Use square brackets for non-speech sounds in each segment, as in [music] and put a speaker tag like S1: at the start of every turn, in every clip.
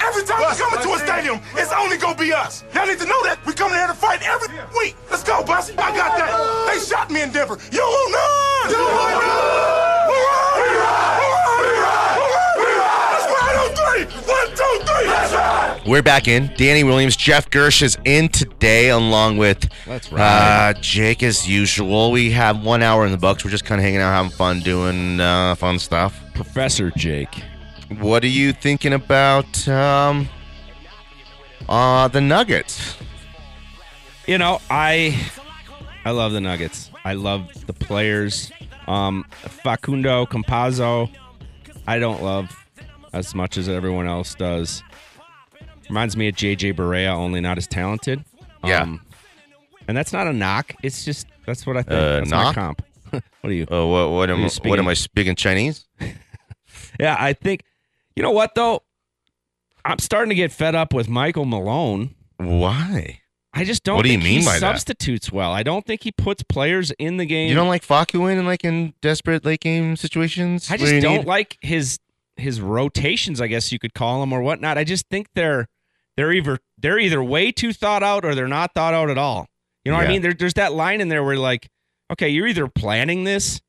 S1: Every time
S2: Bus,
S1: we come
S2: bus
S1: into a
S2: in.
S1: stadium, it's only gonna be us. Y'all need to know that. We coming here to fight every week. Let's go, Bus. I got that. They shot me in Denver. You will not. Oh You will not. Hooray! Hooray! Hooray! Let's ride on three. One, two, three. Let's ride.
S3: We're back in. Danny Williams, Jeff Gersh is in today, along with
S4: Let's ride.
S3: uh, Jake as usual. We have one hour in the books. We're just kind of hanging out, having fun, doing uh, fun stuff.
S4: Professor Jake.
S3: What are you thinking about um, uh, the Nuggets?
S4: You know, I I love the Nuggets. I love the players. Um, Facundo Campazzo, I don't love as much as everyone else does. Reminds me of JJ Barea, only not as talented. Um,
S3: Yeah.
S4: and that's not a knock. It's just that's what I think.
S3: Uh,
S4: that's
S3: knock?
S4: my comp. [laughs] what do you?
S3: Oh, what, what
S4: Are you
S3: am what
S4: speaking-
S3: am I speaking Chinese?
S4: Yeah, I think. You know what though? I'm starting to get fed up with Michael Malone.
S3: Why?
S4: I just don't.
S3: What do you
S4: think
S3: mean
S4: he
S3: by that?
S4: substitutes well? I don't think he puts players in the game.
S3: You don't like Faku in like in desperate late game situations?
S4: I
S3: where you
S4: just don't
S3: need-
S4: like his his rotations. I guess you could call them or whatnot. I just think they're they're either they're either way too thought out or they're not thought out at all. You know what
S3: Yeah.
S4: I mean? There, there's that line in there where like, okay, you're either planning this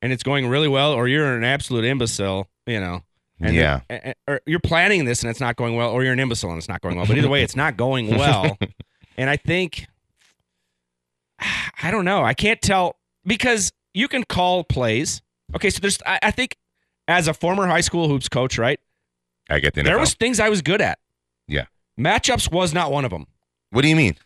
S4: and it's going really well, or you're an absolute imbecile. You know. And
S3: Yeah.
S4: then- a- a- or you're planning this and it's not going well, or you're an imbecile and it's not going well. But either way, it's not going
S3: [laughs]
S4: well. and I think, I don't know. I can't tell because you can call plays. Okay, so there's, I, I think, as a former high school hoops coach, right?
S3: I get the
S4: There
S3: NFL.
S4: was things I was good at.
S3: Yeah.
S4: Matchups was not one of them.
S3: What do you mean?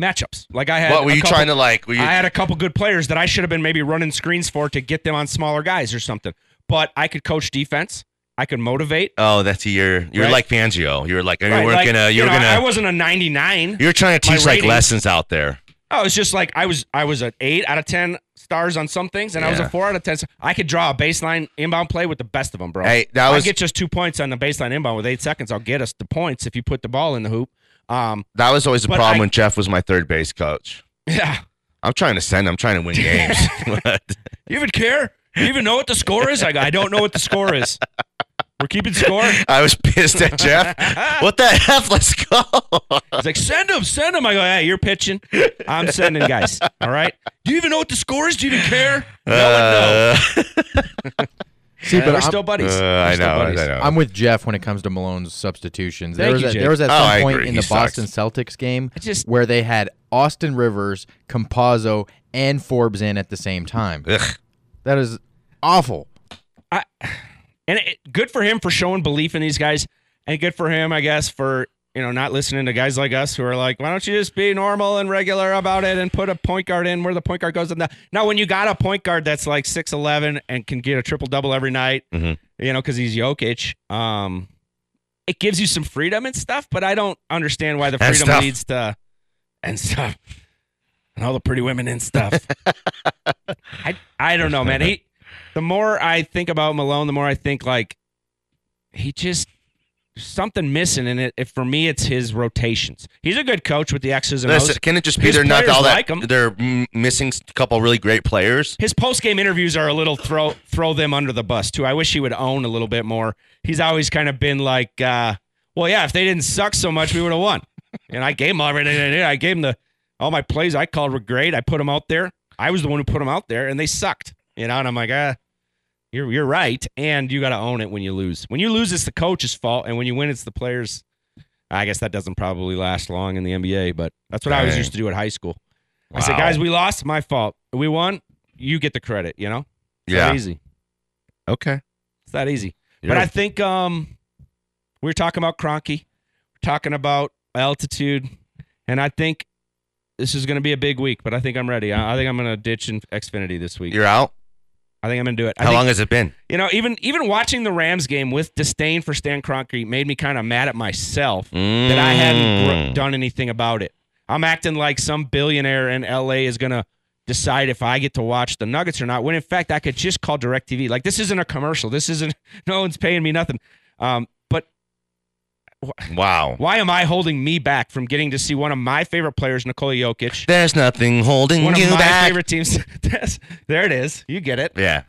S4: Matchups. Like I had.
S3: What were
S4: a
S3: you
S4: couple-
S3: trying to like? Were you
S4: I had a couple good players that I should have been maybe running screens for to get them on smaller guys or something. But I could coach defense. I could motivate.
S3: Oh, that's your. You're
S4: Right.
S3: like Fangio. You're like you're
S4: Right, like,
S3: gonna. You're
S4: know,
S3: gonna.
S4: I wasn't a 99.
S3: you're trying to
S4: my
S3: teach like
S4: ratings-
S3: lessons out there.
S4: I was just like I was. I was an eight out of 10 stars on some things, and I was
S3: Yeah.
S4: a four out of 10. So I could draw a baseline inbound play with the best of them, bro.
S3: Hey, that
S4: I
S3: was
S4: get just two points on the baseline inbound with eight seconds. I'll get us the points if you put the ball in the hoop. Um, [laughs]
S3: that was always the
S4: but
S3: problem
S4: I-
S3: when Jeff was my third base coach.
S4: yeah.
S3: I'm trying to send. I'm trying to [laughs] win games. But
S4: You even care? You even know what the score is? I, go, I don't know what the score is. We're keeping score.
S3: I was pissed
S4: [laughs]
S3: at Jeff. what the f? [laughs] Let's go.
S4: It's like, send them, send them. I go, hey, you're pitching. I'm sending guys. All right. Do you even know what the score is? Do you even care? No one knows.
S3: Uh,
S4: See,
S5: See,
S4: but
S5: but
S4: we're
S5: I'm,
S4: still buddies.
S3: uh,
S4: We're
S3: I
S4: still
S3: know. I
S4: buddies.
S3: know.
S5: I'm with Jeff when it comes to Malone's substitutions. There
S4: Thank
S5: was
S4: you,
S5: a,
S4: Jake.
S5: there was at
S3: Oh,
S5: some
S3: I
S5: point
S3: agree.
S5: in
S3: He
S5: the
S3: sucks.
S5: Boston Celtics game
S4: I just-
S5: where they had Austin Rivers, Compazzo, and Forbes in at the same time.
S3: Ugh.
S5: That is awful.
S4: and it, good for him for showing belief in these guys, and good for him, I guess, for you know not listening to guys like us who are like, why don't you just be normal and regular about it and put a point guard in where the point guard goes in the now when you got a point guard that's like six eleven and can get a triple double every night,
S3: Mhm.
S4: you know, because he's Jokic, um, it gives you some freedom and stuff, but I don't understand why the
S3: And
S4: freedom
S3: stuff.
S4: leads to and stuff and all the pretty women and stuff. I I don't know, man. He the more I think about Malone, the more I think like he just there's something missing in it. If for me, it's his rotations. He's a good coach with the X's and
S3: Listen,
S4: O's.
S3: can it just be
S4: His
S3: they're not
S4: players
S3: all that?
S4: like 'em.
S3: They're mm, missing a couple really great players.
S4: His post game interviews are a little throw throw them under the bus too. I wish he would own a little bit more. He's always kind of been like, uh, well, yeah, if they didn't suck so much, we would have won. And I gave him everything. I did. I gave him the all my plays I called were great. I put them out there. I was the one who put them out there, and they sucked. You know, and I'm like, ah, you're you're right, and you got to own it when you lose. When you lose, it's the coach's fault, and when you win, it's the players. I guess that doesn't probably last long in the NBA, but that's what I always
S3: Dang.
S4: used to do at high school. I said,
S3: Wow.
S4: guys, we lost, my fault. We won, you get the credit. You know, it's
S3: Yeah.
S4: that easy.
S3: Okay.
S4: It's that easy.
S3: You're-
S4: But I think um, we were talking about Cronky, we're talking about altitude, and I think this is going to be a big week. But I think I'm ready. I, I think I'm going to ditch in Xfinity this week.
S3: you're out.
S4: I think I'm going to do it. I
S3: How
S4: think-
S3: long has it been?
S4: You know, even even watching the Rams game with disdain for Stan Kroenke made me kind of mad at myself that I hadn't gr-
S3: Mm.
S4: done anything about it. I'm acting like some billionaire in LA is going to decide if I get to watch the Nuggets or not, when in fact I could just call DirecTV. Like, this isn't a commercial. This isn't, [laughs] no one's paying me nothing. Um, but
S3: Wow.
S4: why am I holding me back from getting to see one of my favorite players, Nikola Jokic?
S3: There's nothing holding
S4: One of
S3: you
S4: my [laughs]
S3: back.
S4: favorite teams. That's- there it is. You get it.
S3: yeah.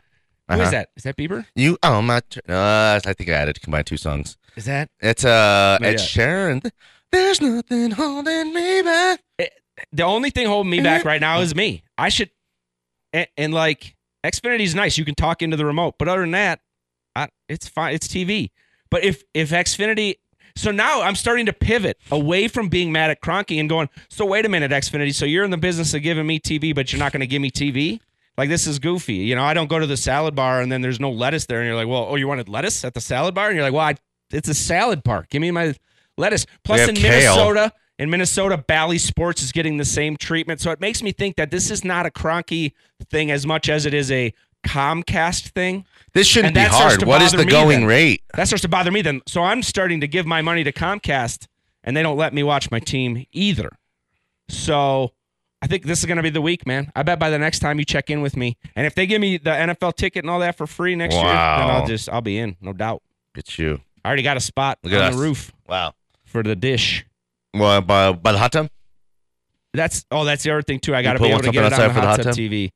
S4: Who
S3: Uh-huh.
S4: is that? Is that Bieber?
S3: You, oh my, tr- uh, I think I added combined two songs.
S4: Is that
S3: It's uh,
S4: Maybe
S3: Ed
S4: I-
S3: Sheeran. There's nothing holding me back.
S4: the only thing holding me back right now is me. I should, and, and like Xfinity's nice. You can talk into the remote, but other than that, I, it's fine. It's TV. But if if Xfinity, so now I'm starting to pivot away from being mad at Cronky and going. So wait a minute, Xfinity. So you're in the business of giving me TV, but you're not going to give me TV. Like this is goofy. You know, I don't go to the salad bar and then there's no lettuce there, and you're like, well, oh, you wanted lettuce at the salad bar, and you're like, well, I, it's a salad bar. Give me my lettuce. Plus
S3: have
S4: in
S3: kale.
S4: Minnesota, in Minnesota, Bally Sports is getting the same treatment. So it makes me think that this is not a Cronky thing as much as it is a Comcast thing.
S3: This shouldn't
S4: And
S3: be
S4: that starts
S3: hard.
S4: to
S3: What is
S4: bother
S3: the
S4: me
S3: going
S4: then.
S3: rate?
S4: That starts to bother me then. So I'm starting to give my money to Comcast and they don't let me watch my team either. So I think this is going to be the week, man. I bet by the next time you check in with me, and if they give me the NFL ticket and all that for free next year, then
S3: Wow.
S4: I'll just I'll be in, no doubt.
S3: It's you.
S4: I already got a spot
S3: Look
S4: on
S3: at
S4: the
S3: us.
S4: roof
S3: Wow.
S4: for the dish.
S3: Well, by, by the hot tub?
S4: That's oh, that's the other thing too. I got to
S3: put
S4: be able
S3: one
S4: to get it
S3: something
S4: on the
S3: outside for
S4: hot,
S3: the hot
S4: tub,
S3: tub?
S4: TV,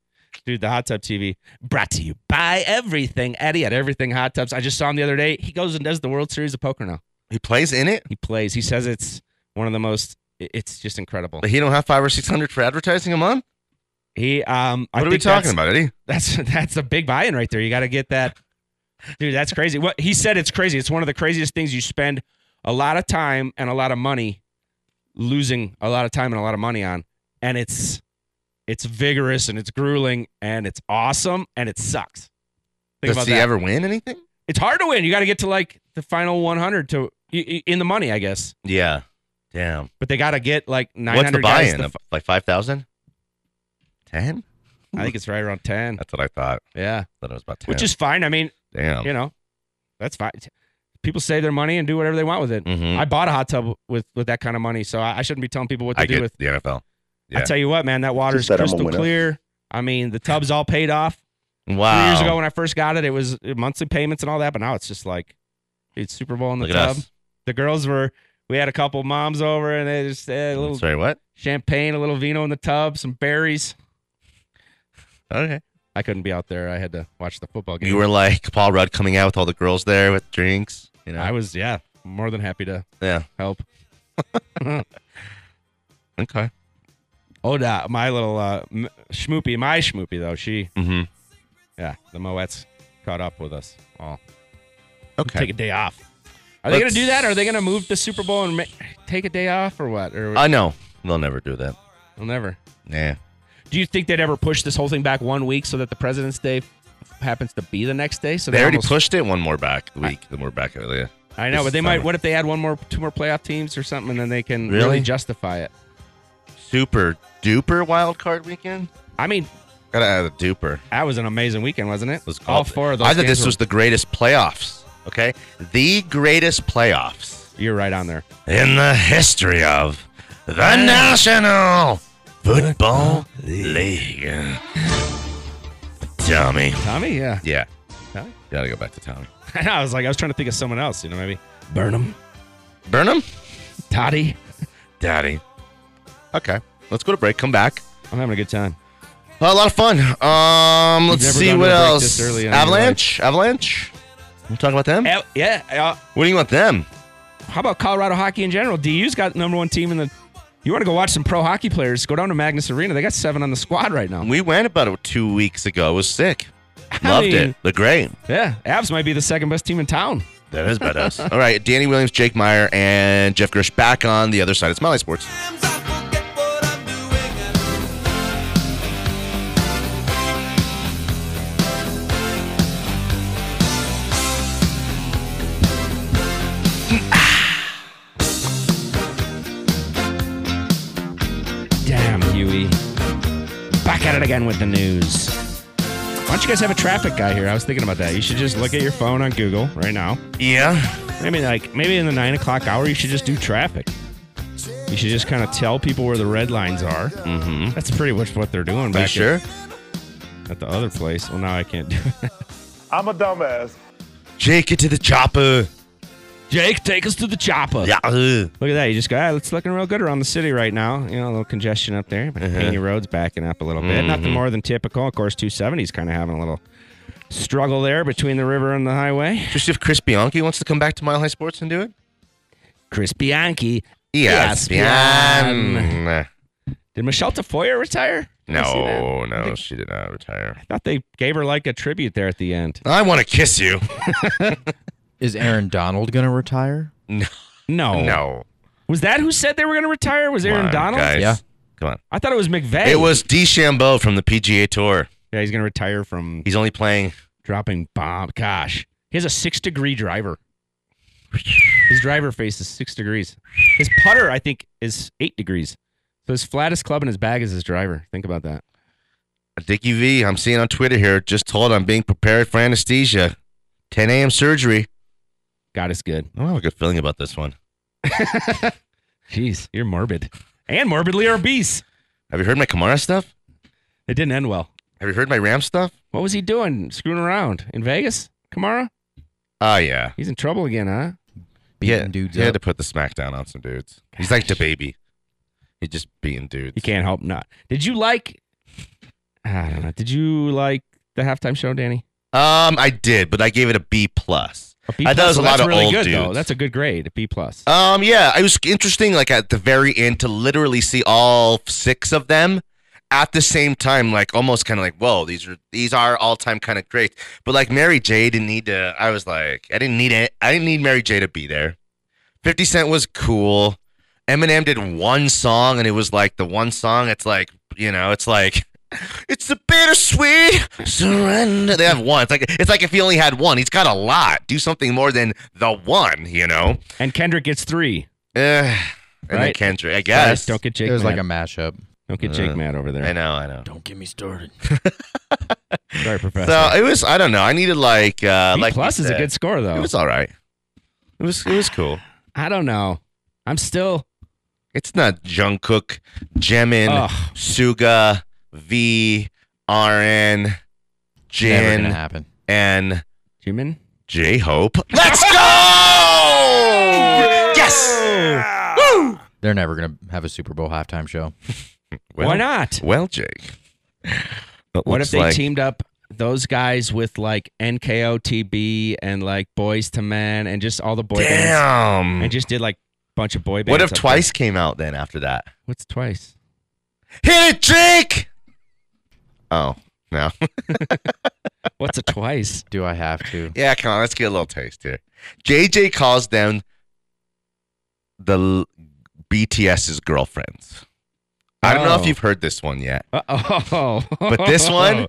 S4: dude. The hot tub TV brought to you by everything Eddie at Everything Hot Tubs. I just saw him the other day. He goes and does the World Series of Poker now.
S3: He plays in it,
S4: He plays. He says it's one of the most. it- It's just incredible.
S3: but he don't have five or six hundred for advertising a month.
S4: He um. I
S3: What are we
S4: think
S3: talking
S4: that's-
S3: about, Eddie?
S4: That's [laughs] that's a big buy-in right there. You got to get that, dude. That's crazy. What he said, it's crazy. It's one of the craziest things. You spend a lot of time and a lot of money, losing a lot of time and a lot of money on, and it's it's vigorous and it's grueling and it's awesome and it sucks. Think
S3: Does
S4: about
S3: he
S4: that.
S3: ever win anything?
S4: it's hard to win. You got to get to like the final 100 to y- y- in the money, I guess.
S3: Yeah. Damn.
S4: But they got to get like 900
S3: What's the
S4: guys
S3: buy-in?
S4: to-
S3: Of- like five thousand? Ten?
S4: I think it's right around 10.
S3: That's what I thought.
S4: Yeah,
S3: Thought it was about ten.
S4: which is fine. I mean,
S3: damn.
S4: you know, that's fine. People save their money and do whatever they want with it.
S3: Mhm.
S4: I bought a hot tub with with that kind of money, so I, I shouldn't be telling people what to
S3: I
S4: do
S3: get
S4: with.
S3: the NFL.
S4: I
S3: yeah.
S4: tell you what, man, that water's
S2: Just that I'm a
S4: crystal
S2: winner.
S4: clear. I mean, the tub's all paid off.
S3: Wow.
S4: Three years ago when I first got it, it was uh, monthly payments and all that, but now it's just like, it's Super Bowl in the
S3: Look at
S4: tub.
S3: us.
S4: The girls were, we had a couple moms over and they just had a little
S3: Sorry, what?
S4: champagne, a little vino in the tub, some berries.
S3: Okay.
S4: I couldn't be out there. I had to watch the football game.
S3: You were like Paul Rudd coming out with all the girls there with drinks. You know.
S4: I was, yeah, more than happy to
S3: yeah.
S4: help.
S3: Okay.
S4: Oh, nah, my little uh, m- schmoopy, my schmoopy though, she
S3: Mm-hmm.
S4: Yeah, the Moets caught up with us. all.
S3: Okay.
S4: take a day off. Are they going
S3: Let's-
S4: to do that? Are they going to move the Super Bowl and ma- take a day off or what? Or
S3: I know. They'll never do that.
S4: will never.
S3: Yeah.
S4: Do you think they'd ever push this whole thing back one week so that the President's Day f- happens to be the next day? So
S3: They already
S4: almost-
S3: pushed it one more back week. Then we're back earlier.
S4: I know,
S3: this
S4: but they might.
S3: summer.
S4: What if they add one more, two more playoff teams or something, and then they can
S3: Really?
S4: really justify it?
S3: Super duper wild card weekend.
S4: I mean,
S3: Gotta add a duper.
S4: that was an amazing weekend, wasn't it?
S3: was
S4: All
S3: called-
S4: four of those.
S3: I thought
S4: games
S3: this
S4: were-
S3: was the greatest playoffs. Okay, the greatest playoffs
S4: You're right on there.
S3: in the history of the National Football League. Tommy.
S4: Tommy, yeah.
S3: Yeah.
S4: Tommy?
S3: Gotta go back to Tommy.
S4: [laughs] I was like, I was trying to think of someone else. You know, maybe Burnham,
S3: Burnham,
S4: Toddy.
S3: Daddy. Okay, let's go to break. Come back.
S4: I'm having a good time.
S3: A lot of fun. Um, let's
S4: never
S3: see
S4: gone to
S3: what
S4: a break
S3: else.
S4: this early in your
S3: Avalanche. Avalanche. We'll talk about them.
S4: Uh, yeah. Uh,
S3: What do you want them?
S4: how about Colorado hockey in general? DU's got number one team in the. You want to go watch some pro hockey players? Go down to Magnus Arena. They got seven on the squad right now.
S3: We went about two weeks ago. It was sick.
S4: I
S3: Loved
S4: mean-
S3: it. Looked great.
S4: Yeah, Avs might be the second best team in town.
S3: That is [laughs] badass. All right, Danny Williams, Jake Meyer, and Jeff Gersh back on the other side of Smiley Sports.
S6: Sometimes I forget what I'm doing.
S4: Damn, Huey. Back at it again with the news. Why don't you guys have a traffic guy here? I was thinking about that. You should just look at your phone on Google right now.
S3: Yeah.
S4: Maybe like maybe in the nine o'clock hour, you should just do traffic. You should just kind of tell people where the red lines are.
S3: Mm-hmm.
S4: That's pretty much what they're doing
S3: Are
S4: back
S3: you
S4: at-
S3: sure?
S4: at the other place. Well, now I can't do it. [laughs]
S1: I'm a dumbass.
S3: Jake, get to the chopper.
S4: Jake, take us to the chopper.
S3: Yeah. ugh.
S4: Look at that. You just go, ah, it's looking real good around the city right now. You know, a little congestion up
S3: Uh-huh. Mm-hmm.
S4: there. But Haney Road's backing up a little bit. Nothing more than typical. Of course, 270's kind of having a little struggle there between the river and the highway.
S3: Just if Chris Bianchi wants to come back to Mile High Sports and do it.
S4: Chris Bianchi.
S3: Yes,
S4: E ESPN.
S3: Bian.
S4: Did Michelle Tafoya retire? Did I see that?
S3: No, no, she did not retire.
S4: I thought they gave her like a tribute there at the end.
S3: I want to kiss you.
S5: Is Aaron Donald going to retire?
S4: No.
S3: No,
S4: Was that who said they were going to retire? Was
S3: Come
S4: Aaron
S3: on,
S4: Donald?
S3: guys.
S5: Yeah.
S3: come on.
S4: I thought it was McVay.
S3: It was DeChambeau from the PGA Tour.
S4: Yeah, he's going to retire from
S3: He's only playing.
S4: dropping bomb. Gosh, he has a six degree driver. His driver face is six degrees. His putter, I think, is eight degrees. So his flattest club in his bag is his driver. Think about that.
S3: Dickie V, I'm seeing on Twitter here, just told I'm being prepared for anesthesia. 10 a.m. surgery.
S4: God is good.
S3: I don't have a good feeling about this one.
S4: Jeez, you're morbid and morbidly obese.
S3: Have you heard my Kamara stuff?
S4: It didn't end well.
S3: Have you heard my Ram stuff?
S4: What was he doing? Screwing around in Vegas? Kamara?
S3: Oh, yeah.
S4: He's in trouble again, huh?
S5: Beating
S3: yeah,
S5: dudes
S3: he had
S5: up.
S3: to put the smack down on some dudes. He's like the baby. He's just beating dudes.
S4: You can't help not. Did you like? I don't know. Did you like the halftime show, Danny?
S3: Um, I did, but I gave it a B plus.
S4: A B
S3: I thought it was a
S4: plus? Well,
S3: lot
S4: that's
S3: of
S4: really
S3: old
S4: good, though.
S3: dudes.
S4: That's a good grade, a B plus.
S3: Um, yeah, it was interesting. Like at the very end, to literally see all six of them at the same time, like almost kind of like, whoa, these are these are all time kind of great. But like Mary J didn't need to. I was like, I didn't need it. I didn't need Mary J to be there. Fifty Cent was cool. Eminem did one song, and it was like the one song. It's like you know, it's like. [laughs] It's the bittersweet surrender. They have one. It's like it's like if he only had one. He's got a lot. Do something more than the one, you know.
S4: and Kendrick gets three.
S3: Uh, and then
S4: Right?
S3: Kendrick, I guess.
S4: Don't get Jake.
S5: It was
S4: mad.
S5: like a mashup.
S4: don't get Jake
S3: Uh,
S4: mad over there.
S3: I know, I know.
S5: Don't get me started.
S4: Sorry, Professor.
S3: So it was. I don't know. I needed like, uh,
S4: B
S3: like
S4: plus
S3: you
S4: is a
S3: said.
S4: good score though.
S3: It was all right. It was. It was cool.
S4: I don't know. I'm still.
S3: It's not Jungkook, Jimin,
S4: Ugh.
S3: Suga, V, RN,
S5: Never going to
S3: Jin,
S5: happen.
S3: and
S4: Jimin.
S3: J Hope. Let's
S4: [laughs]
S3: go! yes. Woo!
S5: They're never going to have a Super Bowl halftime show.
S3: Well,
S4: Why not?
S3: Well, Jake. It
S4: What
S3: looks
S4: if they
S3: like-
S4: teamed up those guys with like NKOTB and like Boys to Men and just all the boy bands
S3: Damn.
S4: and just did like bunch of boy bands.
S3: What
S4: up
S3: if
S4: there?
S3: Twice came out then after that?
S4: What's twice?
S3: Hit it, Jake! Oh, no. [laughs]
S4: What's a twice?
S5: Do I have to?
S3: yeah, come on. Let's get a little taste here. JJ calls them the l- BTS's girlfriends. I don't know
S4: Oh.
S3: if you've heard this one yet,
S4: Oh,
S3: but [laughs] this one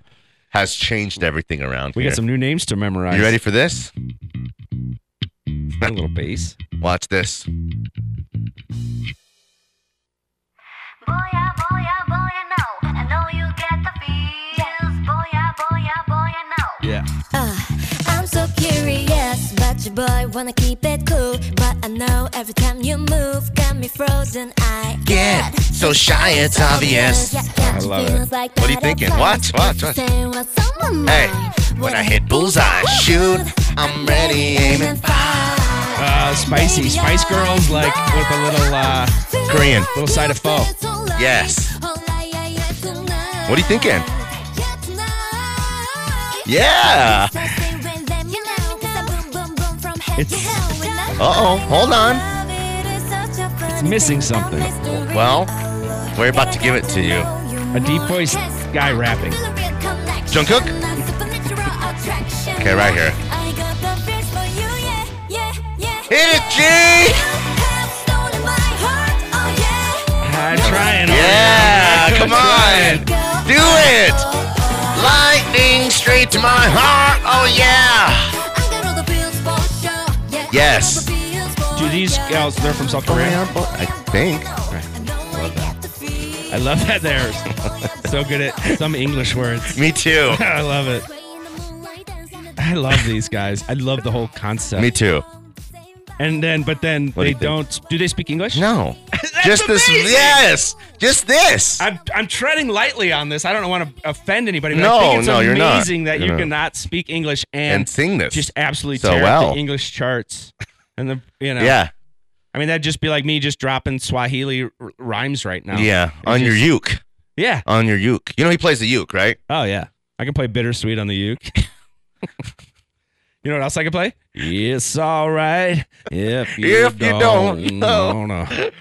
S3: has changed everything around
S4: We
S3: here.
S4: got some new names to memorize.
S3: you ready for this?
S4: A little bass.
S3: Watch this.
S2: Booyah, booyah, booyah, no. I know you get the feels. Booyah, booyah, booyah, no.
S7: Uh, I'm so curious, but your boy wanna keep it cool. But I know every time you move, got me frozen. I
S3: Yeah, so shy it's obvious.
S7: Yeah, got
S4: I
S7: your
S4: love
S7: feelings like
S3: What are you
S7: butterflies.
S3: thinking? Watch, watch, watch.
S7: Saying what's on my
S3: Hey,
S7: mind.
S3: when I hit bullseye, shoot, I'm ready, aim and
S7: fire.
S4: Uh, spicy Spice Girls, like with a little. uh
S3: Korean.
S4: Little side of pho.
S3: Yes. What are you thinking? Yeah.
S7: It's
S3: Uh-oh, hold on.
S7: It's
S4: missing something.
S3: Well, we're about to give it to you.
S4: A deep voice guy rapping.
S3: Jungkook? Okay, right here. Hit it, G!
S4: I'm trying.
S3: Yeah, come on. Do it. Lightning straight to my heart. Oh, yeah. Yes.
S4: Do these gals? They're from South
S3: Oh,
S4: Korea.
S3: I think.
S4: I love that they're so good at some English words.
S3: Me [laughs] too.
S4: [laughs] I love it. I love these guys. I love the whole concept.
S3: [laughs] Me too.
S4: And then, but then
S3: do
S4: they
S3: you think?
S4: do not Do they speak English?
S3: No.
S4: [laughs] That's
S3: Just this.
S4: amazing.
S3: Yes. Just this.
S4: I'm, I'm treading lightly on this. I don't want to offend anybody. But
S3: No,
S4: I think it's
S3: no, you're not.
S4: amazing that
S3: You're
S4: you
S3: not.
S4: cannot speak English and,
S3: And sing this.
S4: just absolutely
S3: so
S4: tear up
S3: well.
S4: the English charts. And the you know,
S3: Yeah.
S4: I mean, that'd just be like me just dropping Swahili r- rhymes right now.
S3: Yeah.
S4: It's
S3: On your
S4: just-
S3: uke.
S4: yeah.
S3: On your uke. You know, he plays the uke, right?
S4: Oh yeah, I can play bittersweet on the uke. [laughs] You know what else I can play? It's all right if you,
S3: If you don't know.
S4: wanna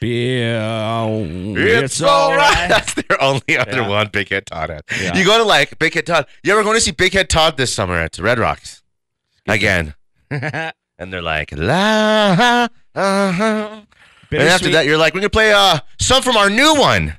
S4: be alone.
S3: [laughs] That's their only other
S4: Yeah.
S3: one, Big Head Todd had.
S4: Yeah.
S3: You go to like Big Head Todd. You ever going to see Big Head Todd this summer at Red Rocks? Again. [laughs] and they're like, la, uh-huh. And after
S4: Bittersweet
S3: that, you're like, we're going to play uh, some from our new one.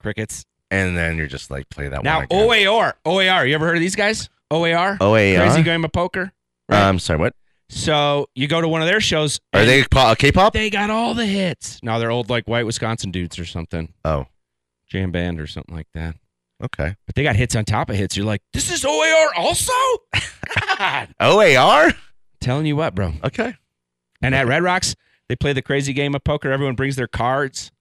S4: crickets.
S3: And then you're just like, play that
S4: Now
S3: one. again.
S4: OAR, OAR. You ever heard of these guys? OAR,
S3: OAR?
S4: Crazy Game of Poker. right?
S3: I'm sorry, what?
S4: So you go to one of their shows.
S3: Um, Are
S4: and
S3: they po- uh, K-pop?
S4: They got all the hits. No, they're old like white Wisconsin dudes or something,
S3: oh,
S4: jam band or something like that.
S3: okay.
S4: But they got hits on top of hits. You're like, this is OAR also. [laughs] God,
S3: OAR?
S4: telling you what, bro.
S3: Okay.
S4: And at Red Rocks, they play the crazy game of poker. Everyone brings their cards,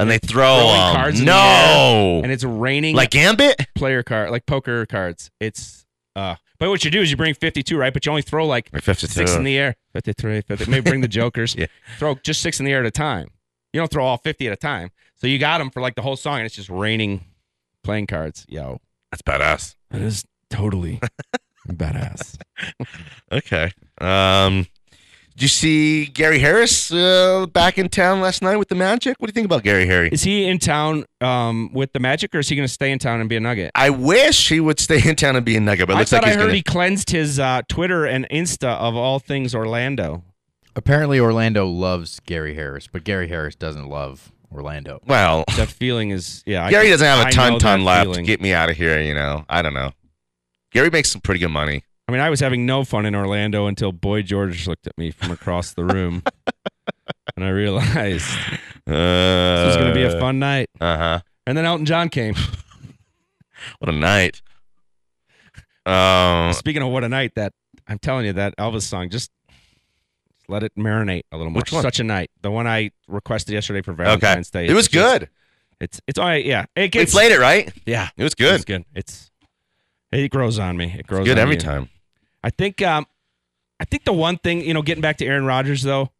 S3: And they throw
S4: Throwing
S3: um,
S4: cards in the
S3: no,
S4: and it's raining
S3: like Gambit.
S4: player card, like poker cards. It's uh, but what you do is you bring 52, right? But you only throw like
S3: Or 52.
S4: six in the air. 53, 50. Maybe
S3: [laughs]
S4: bring the jokers.
S3: Yeah.
S4: Throw just six in the air at a time. You don't throw all 50 at a time. So you got them for like the whole song, and it's just raining playing cards. Yo,
S3: That's badass.
S4: that is [laughs] totally badass.
S3: Okay. Um, did you see Gary Harris uh, back in town last night with the Magic? What do you think about Gary Harry?
S4: Is he in town um, with the Magic, or is he going to stay in town and be a Nugget?
S3: I wish he would stay in town and be a Nugget, but it
S4: I
S3: looks
S4: thought
S3: like he's
S4: I heard
S3: gonna.
S4: he cleansed his uh, Twitter and Insta of all things Orlando.
S5: Apparently, Orlando loves Gary Harris, but Gary Harris doesn't love Orlando.
S3: well,
S4: That feeling is yeah. I-
S3: Gary doesn't have a
S4: I
S3: ton
S4: know
S3: ton
S4: that
S3: left.
S4: feeling.
S3: Get me out of here, you know. I don't know. Gary makes some pretty good money.
S4: I mean, I was having no fun in Orlando until Boy George looked at me from across the room, and I realized
S3: Uh,
S4: this was going to be a fun night.
S3: Uh huh.
S4: And then Elton John came.
S3: What a night. Um,
S4: Speaking of what a night, that I'm telling you, that Elvis song just. just Let it marinate a little more.
S3: Which one?
S4: Such a night. The one I requested yesterday for Valentine's Day.
S3: it was
S4: It's just-
S3: good.
S4: It's it's all right. Yeah, it
S3: We
S4: gets
S3: played it right.
S4: Yeah,
S3: It was good.
S4: It's good. It's it grows on me. It grows
S3: Good
S4: on
S3: every
S4: me.
S3: time.
S4: I think um, I think the one thing you know, getting back to Aaron Rodgers though,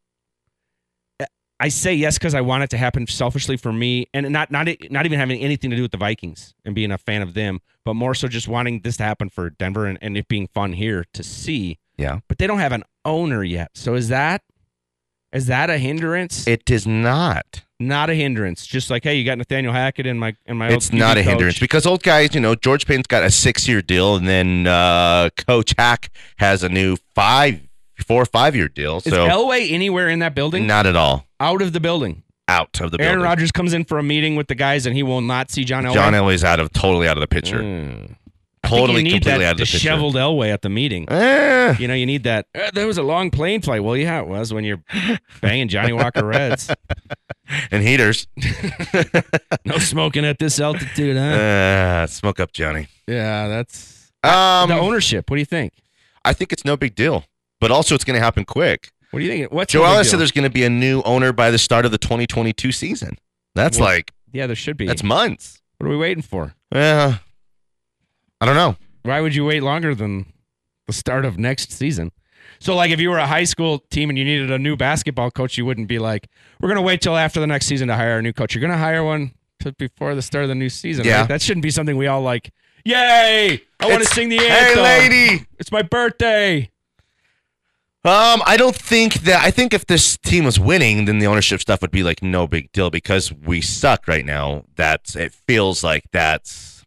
S4: I say yes because I want it to happen selfishly for me, and not not not even having anything to do with the Vikings and being a fan of them, but more so just wanting this to happen for Denver and, and it being fun here to see.
S3: Yeah.
S4: But they don't have an owner yet, so is that is that a hindrance?
S3: It is not.
S4: not a hindrance. Just like hey, you got Nathaniel Hackett and my and my.
S3: It's
S4: old QB
S3: not a
S4: coach.
S3: hindrance because old guys, you know, George Payne's got a six-year deal, and then uh, Coach Hack has a new five, four or five-year deal.
S4: Is
S3: So
S4: Elway anywhere in that building?
S3: not at all
S4: Out of the building.
S3: out of the
S4: Aaron
S3: building.
S4: Rodgers comes in for a meeting with the guys, and he will not see John Elway.
S3: John Elway's out of totally out of the picture.
S4: Mm. I think
S3: Totally,
S4: you need
S3: completely
S4: that
S3: out of the
S4: disheveled Elway at the meeting.
S3: picture. Eh,
S4: You know, you need that. "Uh, there was a long plane flight. Well, yeah, it was when
S3: [laughs]
S4: you're banging Johnny Walker Reds.
S3: and heaters. [laughs]
S4: No smoking at this altitude, huh?
S3: Uh, smoke up, Johnny.
S4: yeah, that's
S3: Um,
S4: the ownership. What do you think?
S3: I think it's no big deal, but also it's going to happen quick.
S4: What do you think? What's the
S3: Joe
S4: big
S3: Allen
S4: deal?
S3: said there's going to be a new owner by the start of the 2022 season. That's
S4: Well,
S3: like
S4: yeah, there should be.
S3: that's months.
S4: what are we waiting for?
S3: Yeah, I don't know.
S4: Why would you wait longer than the start of next season? So, like, if you were a high school team and you needed a new basketball coach, you wouldn't be like, "We're going to wait till after the next season to hire a new coach." You're going to hire one to, before the start of the new season.
S3: Yeah.
S4: right? that shouldn't be something we all like. Yay! I want to
S3: It's-
S4: sing the
S3: Hey,
S4: anthem.
S3: lady.
S4: It's my birthday.
S3: Um, I don't think that. I think if this team was winning, then the ownership stuff would be like no big deal because we suck right now. That's it feels like that's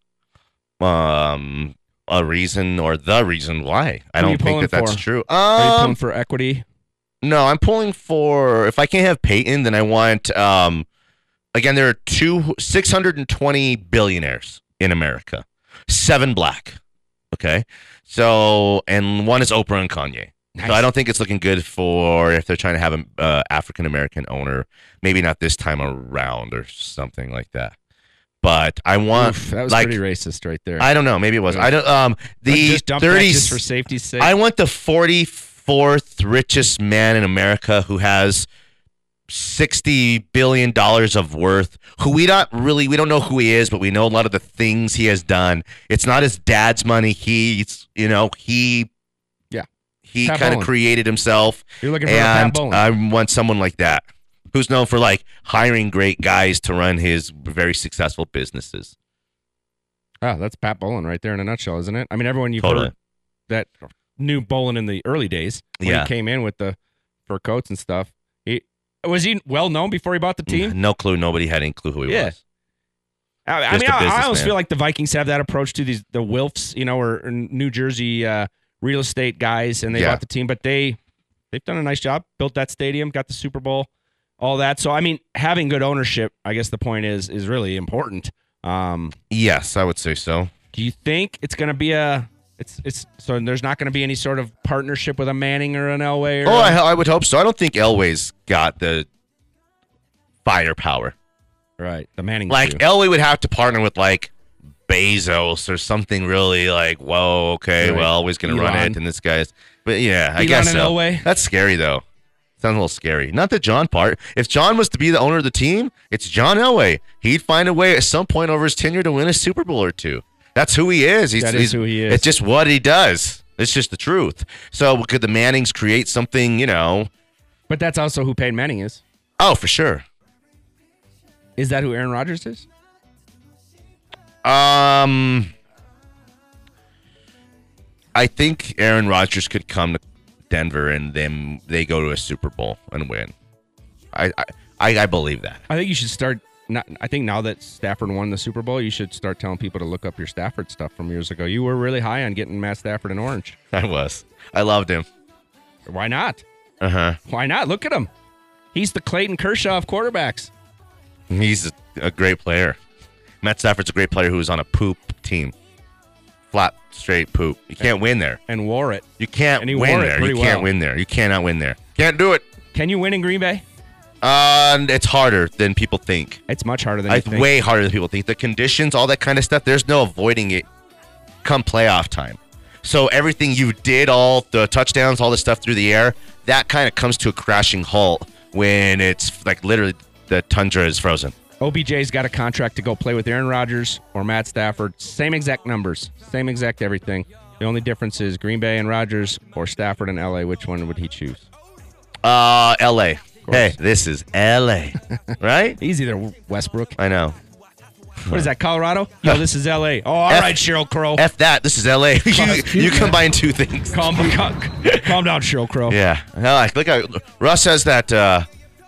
S3: um a reason or the reason why. I
S4: Who you
S3: don't think
S4: pulling
S3: that that's
S4: for?
S3: true.
S4: Are you pulling
S3: Um,
S4: for equity?
S3: no, I'm pulling for if I can't have Peyton, then I want um again there are two 620 billionaires in America, seven black. Okay, so and one is Oprah and Kanye. So I don't think it's looking good for if they're trying to have an uh, African American owner. Maybe not this time around or something like that. But I want
S4: Oof, that was
S3: like
S4: pretty racist right there.
S3: I don't know. Maybe it was.
S4: Yeah.
S3: I don't. Um,
S4: Let's
S3: the
S4: just dump that
S3: thirty.
S4: just for safety's sake.
S3: I want the forty fourth richest man in America who has sixty billion dollars of worth. Who we not really we don't know who he is, but we know a lot of the things he has done. It's not his dad's money. He's you know he
S4: Yeah.
S3: he
S4: Pat
S3: kind of
S4: Bowen.
S3: created himself
S4: You're looking for a Pat
S3: and
S4: Bowen.
S3: I want someone like that who's known for like hiring great guys to run his very successful businesses.
S4: Oh, that's Pat Bolin right there in a nutshell, isn't it? I mean, everyone you've
S3: Totally.
S4: heard that knew Bolin in the early days when
S3: Yeah.
S4: he came in with the fur coats and stuff. He was he well known before he bought the team.
S3: No clue. Nobody had any clue who he
S4: Yeah.
S3: was.
S4: I, I
S3: Just
S4: mean,
S3: a
S4: I, I almost
S3: businessman.
S4: feel like the Vikings have that approach to these the Wilfs, you know, or, or New Jersey uh, real estate guys, and they
S3: Yeah.
S4: bought the team, but they they've done a nice job, built that stadium, got the Super Bowl, all that. So I mean, having good ownership, I guess the point is is really important. Um,
S3: Yes, I would say so.
S4: do you think it's going to be a it's it's so there's not going to be any sort of partnership with a Manning or an Elway? Or
S3: Oh,
S4: a-
S3: I, I would hope so. I don't think Elway's got the firepower.
S4: right, the Manning
S3: Like
S4: too.
S3: Elway would have to partner with like Bezos or something really like, whoa, okay,
S4: Right.
S3: well, Elway's gonna run
S4: Elon.
S3: it, and this guy's. But yeah, I
S4: Elon
S3: guess
S4: and
S3: so.
S4: Elway.
S3: That's scary though. Sounds a little scary. Not the John part. If John was to be the owner of the team, it's John Elway. He'd find a way at some point over his tenure to win a Super Bowl or two. That's who he is. He's,
S4: That is
S3: he's-
S4: who he is.
S3: It's just what he does. It's just the truth. So could the Mannings create something? You know?
S4: but that's also who Peyton Manning is.
S3: Oh, for sure.
S4: Is that who Aaron Rodgers is?
S3: Um, I think Aaron Rodgers could come to Denver and then they go to a Super Bowl and win. I I, I I believe that. [laughs]
S4: I think you should start. Not, I think now that Stafford won the Super Bowl, you should start telling people to look up your Stafford stuff from years ago. You were really high on getting Matt Stafford an orange.
S3: I was. I loved him.
S4: Why not?
S3: Uh huh.
S4: Why not? Look at him. He's the Clayton Kershaw of quarterbacks.
S3: He's a, a great player. Matt Stafford's a great player who was on a poop team. Flat, straight poop. You can't win there.
S4: And wore it.
S3: You can't
S4: And he
S3: win
S4: wore it
S3: there. You
S4: pretty
S3: can't
S4: well.
S3: win there. You cannot win there. Can't do it.
S4: Can you win in Green Bay?
S3: Uh, and it's harder than people think.
S4: It's much harder than you
S3: It's
S4: think.
S3: way harder than people think. The conditions, all that kind of stuff, there's no avoiding it come playoff time. So everything you did, all the touchdowns, all the stuff through the air, that kind of comes to a crashing halt when it's like literally the tundra is frozen.
S4: OBJ's got a contract to go play with Aaron Rodgers or Matt Stafford. Same exact numbers, same exact everything. The only difference is Green Bay and Rodgers or Stafford and LA. Which one would he choose?
S3: Uh, LA.
S4: course.
S3: Hey, this is LA,
S4: [laughs]
S3: right?
S4: He's either Westbrook.
S3: I know.
S4: What is that, Colorado? Yo, this is LA. Oh, all right,
S3: F-
S4: Cheryl Crow.
S3: F that. This is LA. [laughs] you,
S4: Fuck.
S3: you combine two things.
S4: Calm, calm, calm down, [laughs] Cheryl Crow.
S3: Yeah. I like. Look, how Russ has that. Uh,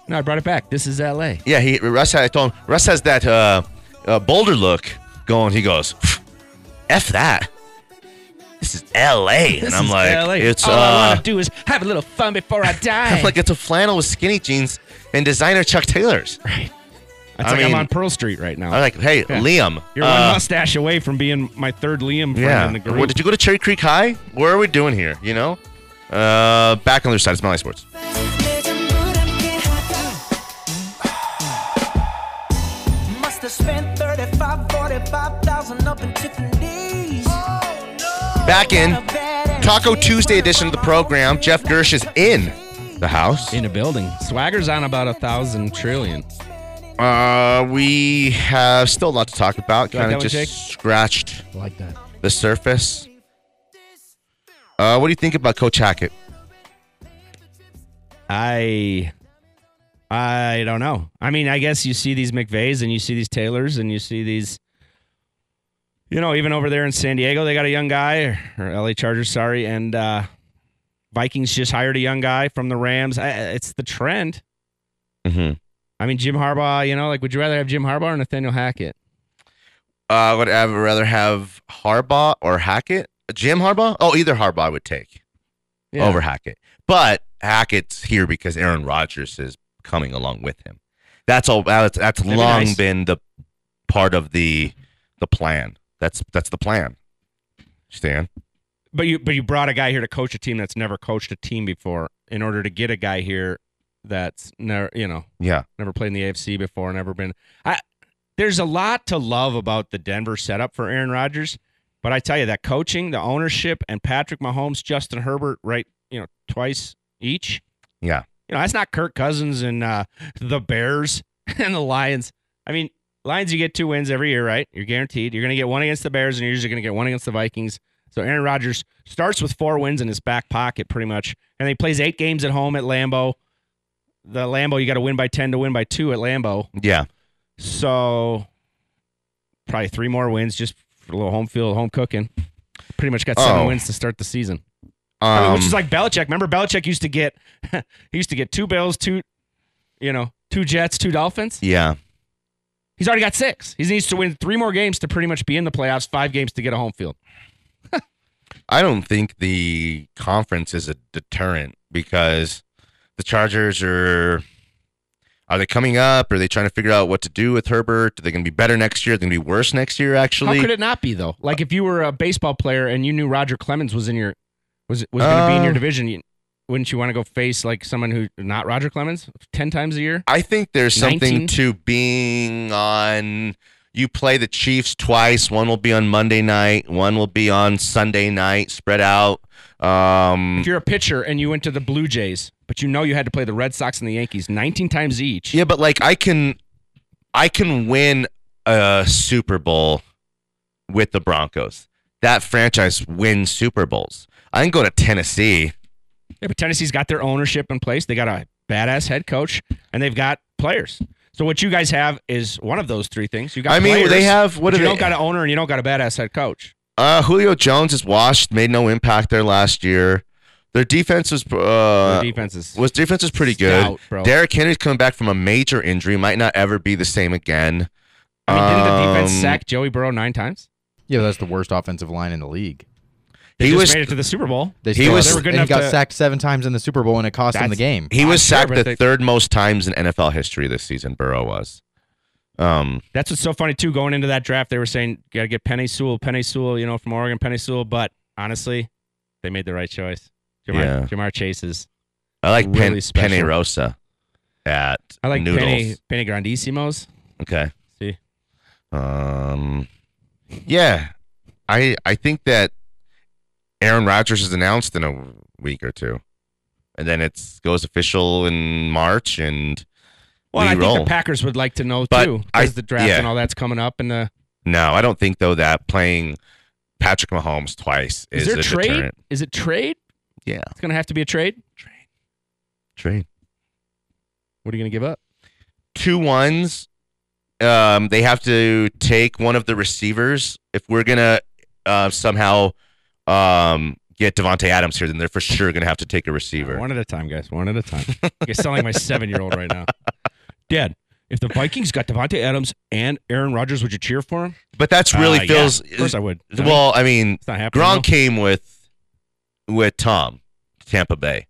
S4: No, I brought it back. This is LA.
S3: Yeah, he Russ. had- I told him Russ has that uh, uh, Boulder look going. He goes, "F that." This is L.A.
S4: This
S3: and I'm
S4: is
S3: like,
S4: LA.
S3: it's
S4: all I
S3: uh,
S4: want to do is have a little fun before I die.
S3: I'm [laughs] like it's a flannel with skinny jeans and designer Chuck Taylors.
S4: That's
S3: I
S4: like
S3: mean-
S4: I'm on Pearl Street right now.
S3: I'm like, hey,
S4: [laughs] Yeah.
S3: Liam,
S4: You're
S3: uh,
S4: one mustache away from being my third Liam friend
S3: yeah.
S4: in the group.
S3: What, did you go to Cherry Creek High? What are we doing here? You know, uh, back on the other side. It's Melly Sports.
S8: Must have spent 35, 45,000 up in Tiffany's.
S3: Back in Taco Tuesday edition of the program. Jeff Gersh is in the house.
S4: in a building. Swagger's on about a thousand trillion.
S3: Uh, we have still a lot to talk about.
S4: You like
S3: Kind
S4: that one,
S3: of just
S4: Jake?
S3: scratched
S5: like that.
S3: the surface. Uh, what do you think about Coach Hackett?
S4: I I don't know. I mean, I guess you see these McVays and you see these Taylors and you see these you know, even over there in San Diego, they got a young guy or, or LA Chargers, sorry, and uh Vikings just hired a young guy from the Rams. I, it's the trend.
S3: Mm-hmm.
S4: I mean, Jim Harbaugh, you know, like would you rather have Jim Harbaugh or Nathaniel Hackett?
S3: Uh, would I rather have Harbaugh or Hackett? Jim Harbaugh? Oh, either Harbaugh I would take
S4: Yeah.
S3: over Hackett. But Hackett's here because Aaron Rodgers is coming along with him. That's all. That's, that's
S4: be
S3: long
S4: nice.
S3: been the part of the the plan. That's that's the plan. Stan.
S4: But you but you brought a guy here to coach a team that's never coached a team before in order to get a guy here that's never, you know,
S3: Yeah.
S4: never played in the AFC before, never been. I there's a lot to love about the Denver setup for Aaron Rodgers, but I tell you that coaching, the ownership, and Patrick Mahomes, Justin Herbert, right, you know, twice each.
S3: Yeah.
S4: you know that's not Kirk Cousins and uh, the Bears [laughs] and the Lions. I mean, Lions, you get two wins every year, right? You're guaranteed. You're going to get one against the Bears, and you're usually going to get one against the Vikings. So Aaron Rodgers starts with four wins in his back pocket, pretty much, and he plays eight games at home at Lambeau. The Lambeau, you got to win by ten to win by two at Lambeau.
S3: Yeah.
S4: So probably three more wins just for a little home field, home cooking. Pretty much got seven
S3: Oh.
S4: wins to start the season. I mean,
S3: Um,
S4: which is like Belichick. Remember, Belichick used to get [laughs] he used to get two Bills, two you know, two Jets, two Dolphins.
S3: yeah.
S4: He's already got six. He needs to win three more games to pretty much be in the playoffs. Five games to get a home field.
S3: I don't think the conference is a deterrent because the Chargers are are they coming up? Are they trying to figure out what to do with Herbert? Are they going to be better next year? Are they going to be worse next year?
S4: How
S3: Actually,
S4: could it not be though? Like if you were a baseball player and you knew Roger Clemens was in your was was going to be in your
S3: Uh,
S4: division, you- wouldn't you want to go face like someone who not Roger Clemens ten times a year?
S3: I think there's something
S4: 19?
S3: to being on. You play the Chiefs twice. One will be on Monday night. One will be on Sunday night. Spread out. Um,
S4: If you're a pitcher and you went to the Blue Jays, but you know you had to play the Red Sox and the Yankees 19 times each.
S3: yeah, but like I can, I can win a Super Bowl with the Broncos. That franchise wins Super Bowls. I can go to Tennessee.
S4: Yeah, but Tennessee's got their ownership in place. They got a badass head coach, and they've got players. So what you guys have is one of those three things. You got.
S3: I mean,
S4: players,
S3: they have- what
S4: but
S3: do
S4: you
S3: they-
S4: don't got an owner, and you don't got a badass head coach.
S3: Uh, Julio Jones is washed. Made no impact there last year. Their defense was uh,
S4: Their defense is
S3: was defense is pretty
S4: stout,
S3: good.
S4: bro.
S3: Derrick Henry's coming back from a major injury, might not ever be the same again.
S4: I mean, didn't the defense
S3: Um,
S4: sack Joey Burrow nine times?
S5: Yeah, that's the worst offensive line in the league.
S4: They
S3: He
S4: just
S3: was
S4: made it to the Super Bowl.
S5: They
S3: He
S5: still,
S3: was-
S5: they
S3: They
S4: were good enough
S5: and got
S4: to-
S5: sacked seven times in the Super Bowl, and it cost them the
S4: That's-
S5: game.
S3: he was
S4: I'm sure,
S3: sacked
S4: but
S3: the
S4: they-
S3: third most times in NFL history this season. Burrow was. Um,
S4: That's what's so funny too. Going into that draft, they were saying got to get Penny Sewell, Penny Sewell, you know, from Oregon, Penny Sewell. But honestly, they made the right choice. Jamar,
S3: Yeah.
S4: Jamar Chase's.
S3: I like
S4: Really
S3: Pen-
S4: special.
S3: Penny Rosa at
S4: I like
S3: Noodles.
S4: Penny Penny Grandissimos.
S3: Okay.
S4: See.
S3: Um, yeah, I I think that Aaron Rodgers is announced in a week or two, and then it goes official in March and.
S4: Well,
S3: we
S4: I
S3: roll.
S4: think the Packers would like to know
S3: But
S4: too,
S3: I-
S4: because the draft
S3: yeah.
S4: and all that's coming up, and the
S3: No, I don't think though that playing Patrick Mahomes twice is,
S4: Is, there
S3: a
S4: trade?
S3: deterrent.
S4: Is it trade?
S3: Yeah.
S4: It's gonna have to be a trade. Trade.
S3: Trade
S4: What are you gonna give up?
S3: two ones. Um, they have to take one of the receivers if we're gonna uh, somehow um, get Devonte Adams here. Then they're for sure gonna have to take a receiver.
S4: One at a time, guys. One at a time. You're selling my seven-year-old right [laughs] now. Dad, if the Vikings got Devontae Adams and Aaron Rodgers, would you cheer for him?
S3: But that's really
S4: Uh, yeah.
S3: feels.
S4: Of course, I would.
S3: well, I mean,
S4: it's not happening.
S3: Gronk came with with Tom, Tampa Bay.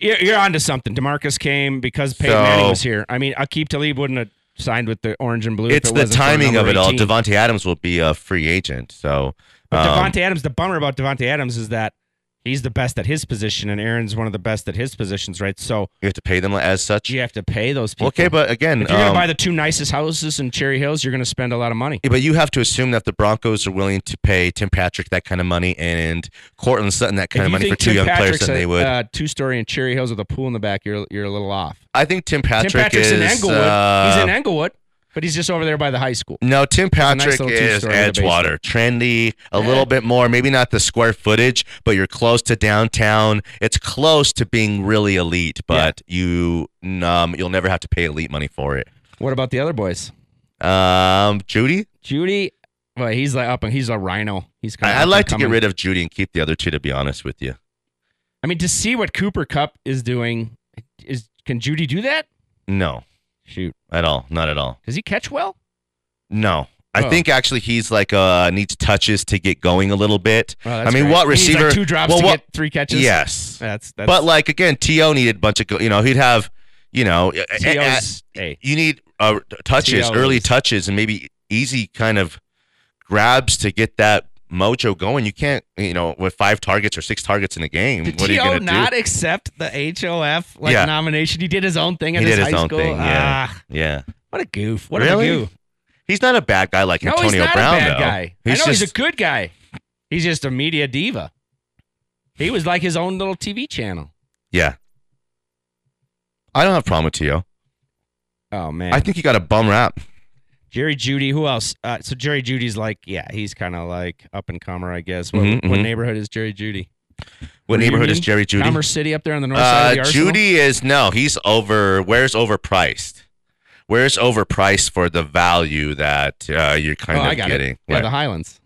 S4: You're, you're onto something. Demarcus came because Peyton
S3: So-
S4: Manning was here. I mean, Akeem Talib wouldn't have signed with the orange and blue. if
S3: it's
S4: it
S3: the
S4: wasn't for
S3: timing of
S4: number
S3: it all.
S4: 18.
S3: Devonte Adams will be a free agent, so
S4: But
S3: um,
S4: Devontae Adams, the bummer about Devontae Adams is that he's the best at his position, and Aaron's one of the best at his positions, right? So
S3: you have to pay them as such.
S4: you have to pay those people.
S3: Okay, but again,
S4: if you're gonna
S3: um,
S4: buy the two nicest houses in Cherry Hills, you're gonna spend a lot of money.
S3: Yeah, but you have to assume that the Broncos are willing to pay Tim Patrick that kind of money and Cortland Sutton that kind
S4: if
S3: of
S4: you
S3: money
S4: think
S3: for two
S4: Tim
S3: young
S4: Patrick's
S3: players, then
S4: a,
S3: they would.
S4: Uh, two story in Cherry Hills with a pool in the back. You're you're a little off.
S3: I think Tim Patrick
S4: Tim Patrick's
S3: is.
S4: in Englewood.
S3: uh,
S4: he's in Englewood, but he's just over there by the high school.
S3: no, Tim
S4: nice
S3: Patrick
S4: little
S3: is
S4: two-story in the
S3: Edgewater, trendy, a little bit more. Maybe not the square footage, but you're close to downtown. It's close to being really elite, but you um, you'll never have to pay elite money for it.
S4: What about the other boys?
S3: Um, Judy,
S4: Judy, well, he's like up and he's a rhino. He's kind of
S3: I, I'd like to get rid of Judy and keep the other two. To be honest with you,
S4: I mean, to see what Cooper Cup is doing, is can Judy do that?
S3: no,
S4: Shoot,
S3: at all, not at all.
S4: does he catch well?
S3: No. I
S4: Oh.
S3: think actually he's like uh needs touches to get going a little bit.
S4: Oh,
S3: I
S4: that's
S3: mean,
S4: great.
S3: what
S4: He needs, like,
S3: receiver?
S4: two drops
S3: well,
S4: to
S3: what-
S4: get three catches.
S3: yes,
S4: that's that's.
S3: but like again, To needed a bunch of go- you know he'd have you know a- a-
S4: T.O.'s
S3: a- you need uh, touches,
S4: T.O.
S3: early
S4: is-
S3: touches, and maybe easy kind of grabs to get that mojo going. You can't you know with five targets or six targets in a game.
S4: Did
S3: what are you
S4: T.O.
S3: gonna
S4: not
S3: do?
S4: accept the HOF like
S3: Yeah.
S4: nomination? He did his own thing at
S3: He
S4: his
S3: did
S4: high
S3: his own
S4: school.
S3: thing, yeah.
S4: Ah,
S3: Yeah,
S4: what a goof! What
S3: Really?
S4: a goof!
S3: he's not a bad guy like
S4: No,
S3: Antonio
S4: he's not
S3: Brown
S4: a bad
S3: though.
S4: guy.
S3: He's
S4: I know
S3: just
S4: he's a good guy. He's just a media diva. He was like his own little TV channel.
S3: yeah. I don't have a problem with To.
S4: Oh man,
S3: I think he got a bum rap.
S4: Jerry Judy. Who else? Uh, so Jerry Judy's like, yeah, he's kind of like up and comer, I guess. What,
S3: Mhm,
S4: what
S3: mhm.
S4: neighborhood is Jerry Judy?
S3: What neighborhood is
S4: Reunion?
S3: Jerry Judy?
S4: Commerce City up there on the north side
S3: Uh,
S4: of the Arsenal?
S3: Judy is no, he's over. Where's overpriced? Where's overpriced for the value that uh, you're
S4: Oh,
S3: kind
S4: I
S3: of
S4: Oh, got
S3: getting?
S4: it. Yeah,
S3: Right.
S4: the Highlands.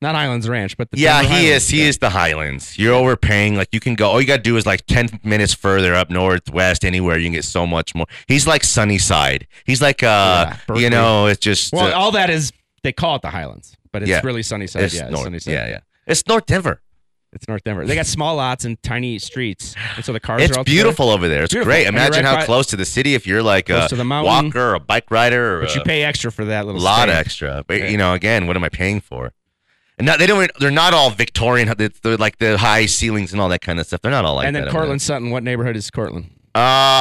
S4: Not Highlands Ranch, but the
S3: yeah,
S4: Denver
S3: he
S4: Highlands.
S3: is. He
S4: Yeah.
S3: is the Highlands. You're overpaying. Like you can go. All you gotta do is like ten minutes further up north, west, anywhere. You can get so much more. He's like Sunnyside. He's like uh,
S4: Yeah, Berkeley.
S3: you know, it's just
S4: Well,
S3: uh,
S4: all that is they call it the Highlands, but it's
S3: Yeah.
S4: really Sunnyside.
S3: it's
S4: yeah, it's
S3: north.
S4: Sunnyside.
S3: yeah, yeah. It's North Denver.
S4: It's North Denver. They got small lots and tiny streets, and so the cars
S3: It's
S4: are all
S3: beautiful over there. It's
S4: Beautiful.
S3: great.
S4: And you're
S3: Imagine
S4: right
S3: how
S4: by-
S3: close to the city if you're like
S4: Close
S3: a
S4: to the mountain.
S3: walker or a bike rider or
S4: together, But you
S3: a
S4: pay extra for that little
S3: lot
S4: stay.
S3: extra. But
S4: Yeah.
S3: you know, again, what am I paying for? And not, they don't. They're not all Victorian. They're, they're like the high ceilings and all that kind of stuff. They're not all like
S4: and
S3: that.
S4: then
S3: over there.
S4: Cortland Sutton. What neighborhood is Cortland?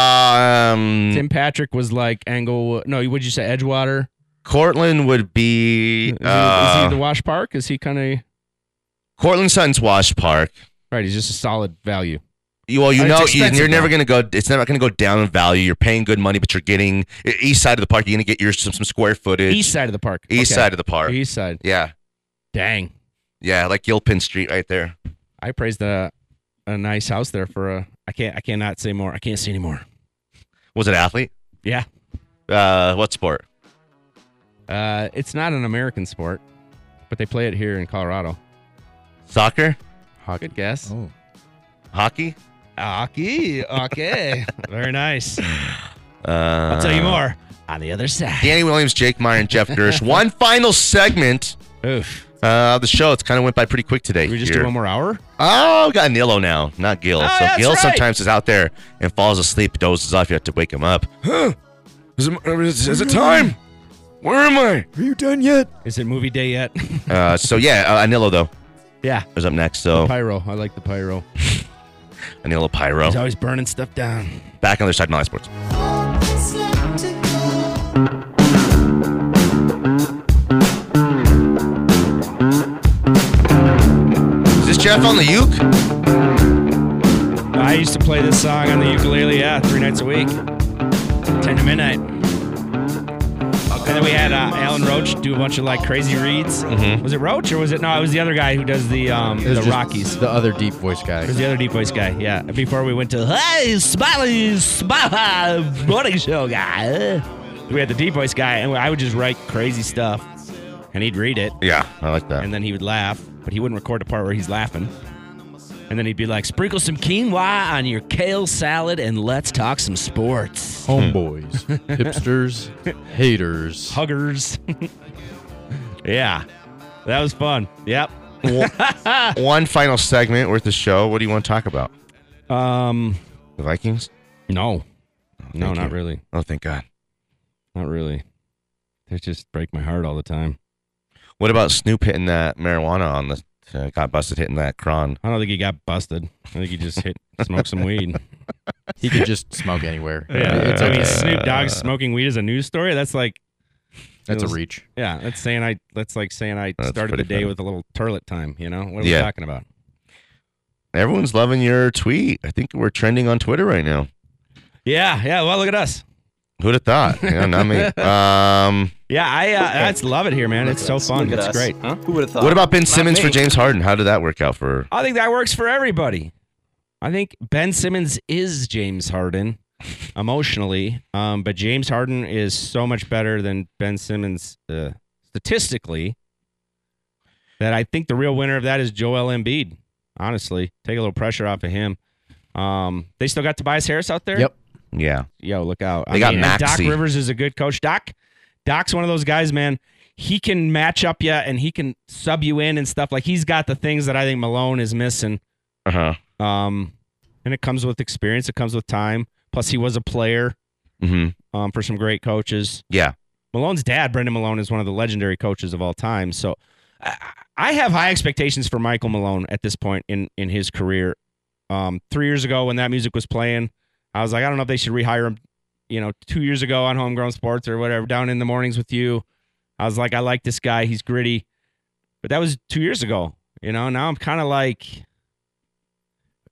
S3: Um,
S4: Tim Patrick was like Angle. No, would you say Edgewater?
S3: Cortland would
S4: Is
S3: be
S4: he, is he
S3: uh,
S4: the Wash Park? Is he kind of
S3: Cortland Sutton's Wash Park.
S4: right? He's just a solid value.
S3: You, well, you
S4: But it's
S3: know, you,
S4: expensive
S3: are never
S4: now.
S3: gonna go. It's never gonna go down in value. You're paying good money, but you're getting e-, east side of the park. You're gonna get your some, some square footage.
S4: East side of the park.
S3: East
S4: Okay.
S3: side of the park.
S4: East side.
S3: Yeah,
S4: Dang,
S3: yeah, like Gilpin Street right there.
S4: I praised a a nice house there for a. I can't. I cannot say more. I can't say anymore.
S3: Was it athlete?
S4: Yeah.
S3: Uh, what sport?
S4: Uh, it's not an American sport, but they play it here in Colorado.
S3: Soccer?
S5: Hockey.
S4: Good guess.
S5: Oh.
S3: Hockey?
S4: Aki,
S3: [laughs]
S4: okay. Very nice.
S3: Uh,
S4: I'll tell you more on the other side.
S3: Danny Williams, Jake Meyer, and
S4: [laughs]
S3: Jeff Gersh. One final segment
S4: Oof.
S3: uh, of the show. It's kind of went by pretty quick today.
S4: Can we just
S3: here.
S4: do one more hour?
S3: Oh, we got Nilo now, not Gil.
S4: Oh,
S3: so
S4: that's
S3: Gil
S4: right.
S3: sometimes is out there and falls asleep, dozes off. You have to wake
S4: [gasps]
S3: him up.
S1: Is it, is, it time? Where am I?
S5: Are you done yet?
S4: Is it movie day yet? [laughs]
S3: Uh, so yeah, uh, Anilo though
S4: yeah.
S3: is up next. So
S4: Pyro. I like the pyro.
S3: Anilo Pyro
S4: He's always burning stuff down.
S3: back on the other side, Molly Sports. Is this Jeff on the uke?
S4: I used to play this song on the ukulele, yeah, three nights a week. 10 to midnight. And then we had uh, Alan Roach do a bunch of like crazy reads. Was it Roach or was it? No, it was the other guy who does the um,
S5: Mm-hmm. It was
S4: the
S5: just
S4: Rockies.
S5: The other deep voice
S4: It was
S5: guy.
S4: the other deep voice guy, yeah. Before we went to Hey Smiley Smiley Morning Show guy, we had the deep voice guy, and I would just write crazy stuff, and he'd read it,
S3: Yeah, I like that. [laughs]
S4: and then he would laugh, but he wouldn't record the part where he's laughing. And then he'd be like, "Sprinkle some quinoa on your kale salad, and let's talk some
S3: Hmm.
S4: sports."
S5: Homeboys,
S4: [laughs]
S5: hipsters, haters.
S4: Huggers, [laughs] yeah, that was fun. Yep.
S3: One final segment worth of show. What do you want to talk about?
S4: Um,
S3: The Vikings?
S4: no, no,
S3: Thank
S4: not
S3: you.
S4: really,
S3: Oh, thank God.
S4: not really. They just break my heart all the time.
S3: What about Snoop hitting that marijuana on the? Uh, got busted hitting that cron.
S4: I don't think he got busted. I think he just hit smoked some [laughs] weed.
S5: He could just
S4: [laughs]
S5: smoke anywhere. It's
S4: I mean,
S5: okay.
S4: Snoop [laughs] Dogg smoking weed is a news story. That's like,
S5: That's a
S4: It was-
S5: reach.
S4: yeah, that's saying I. That's like saying I
S3: That's
S4: started the
S3: pretty
S4: day
S3: funny.
S4: with a little turlet time. You know what are
S3: Yeah.
S4: we talking about?
S3: Everyone's loving your tweet. I think we're trending on Twitter right now.
S4: Yeah, yeah. Well, look at us.
S3: Who'd have thought? Yeah, not me. Um,
S4: Yeah, I. Uh, I just love it here, man. It's so fun. It's great.
S9: Who would have thought?
S3: what about Ben Simmons for
S9: me.
S3: James Harden? How did that work out for?
S4: I think that works for everybody. I think Ben Simmons is James Harden emotionally, um, but James Harden is so much better than Ben Simmons uh, statistically that I think the real winner of that is Joel Embiid. Honestly, take a little pressure off of him. Um, they still got Tobias Harris out there.
S5: Yep.
S3: Yeah,
S4: Yo, look out!
S3: They got
S4: and Doc
S3: Maxey.
S4: Rivers is a good coach. Doc, Doc's one of those guys, man. He can match up you and he can sub you in and stuff. Like he's got the things that I think Malone is missing.
S3: uh huh.
S4: Um, and it comes with experience. It comes with time. Plus, he was a player
S3: Mm-hmm.
S4: um, for some great coaches.
S3: Yeah.
S4: Malone's dad, Brendan Malone, is one of the legendary coaches of all time. So I, I have high expectations for Michael Malone at this point in, in his career. Um, three years ago, when that music was playing, I was like, I don't know if they should rehire him. You know, two years ago on Homegrown Sports or whatever, down in the mornings with you, I was like, I like this guy. He's gritty. But that was two years ago. You know, now I'm kind of like,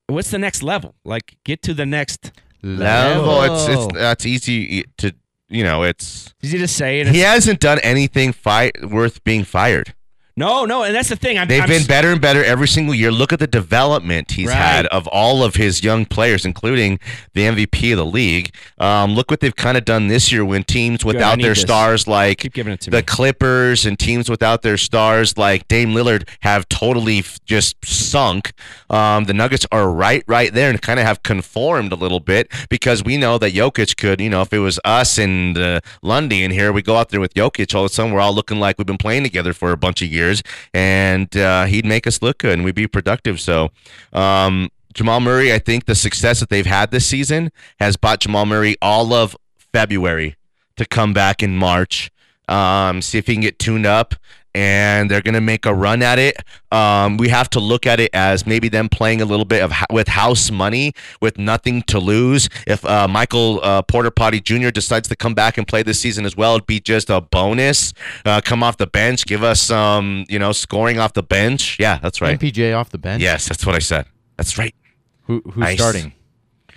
S4: what's the next level? Like, get to the next.
S3: Level. It's it's
S4: Level.
S3: that's easy to you know. It's
S4: Easy to say. And it's
S3: he hasn't done anything fi- worth being fired.
S4: No, no, and that's the thing. I'm,
S3: They've
S4: I'm
S3: been
S4: s-
S3: better and better every single year. Look at the development he's
S4: Right.
S3: had of all of his young players, including the MVP of the league. Um, look what they've kind of done this year when teams without
S4: need
S3: their
S4: this.
S3: stars like
S4: Keep giving it to
S3: the
S4: me.
S3: Clippers and teams without their stars like Dame Lillard have totally f- just sunk. Um, the Nuggets are right, right there and kind of have conformed a little bit because we know that Jokic could, you know, if it was us and uh, Lundy in here, we go out there with Jokic, all of a sudden we're all looking like we've been playing together for a bunch of years and uh, he'd make us look good and we'd be productive. So, um, Jamal Murray, I think the success that they've had this season has bought Jamal Murray all of February to come back in March. Um, see if he can get tuned up, and they're gonna make a run at it. Um, we have to look at it as maybe them playing a little bit of ho- with house money, with nothing to lose. If uh, Michael uh, Porter Potty Jr. decides to come back and play this season as well, it'd be just a bonus. Uh, come off the bench, give us some, you know, scoring off the bench. Yeah, that's right.
S5: MPJ off the bench.
S3: Yes, that's what I said. That's right.
S5: Who, who's
S3: Nice.
S5: starting?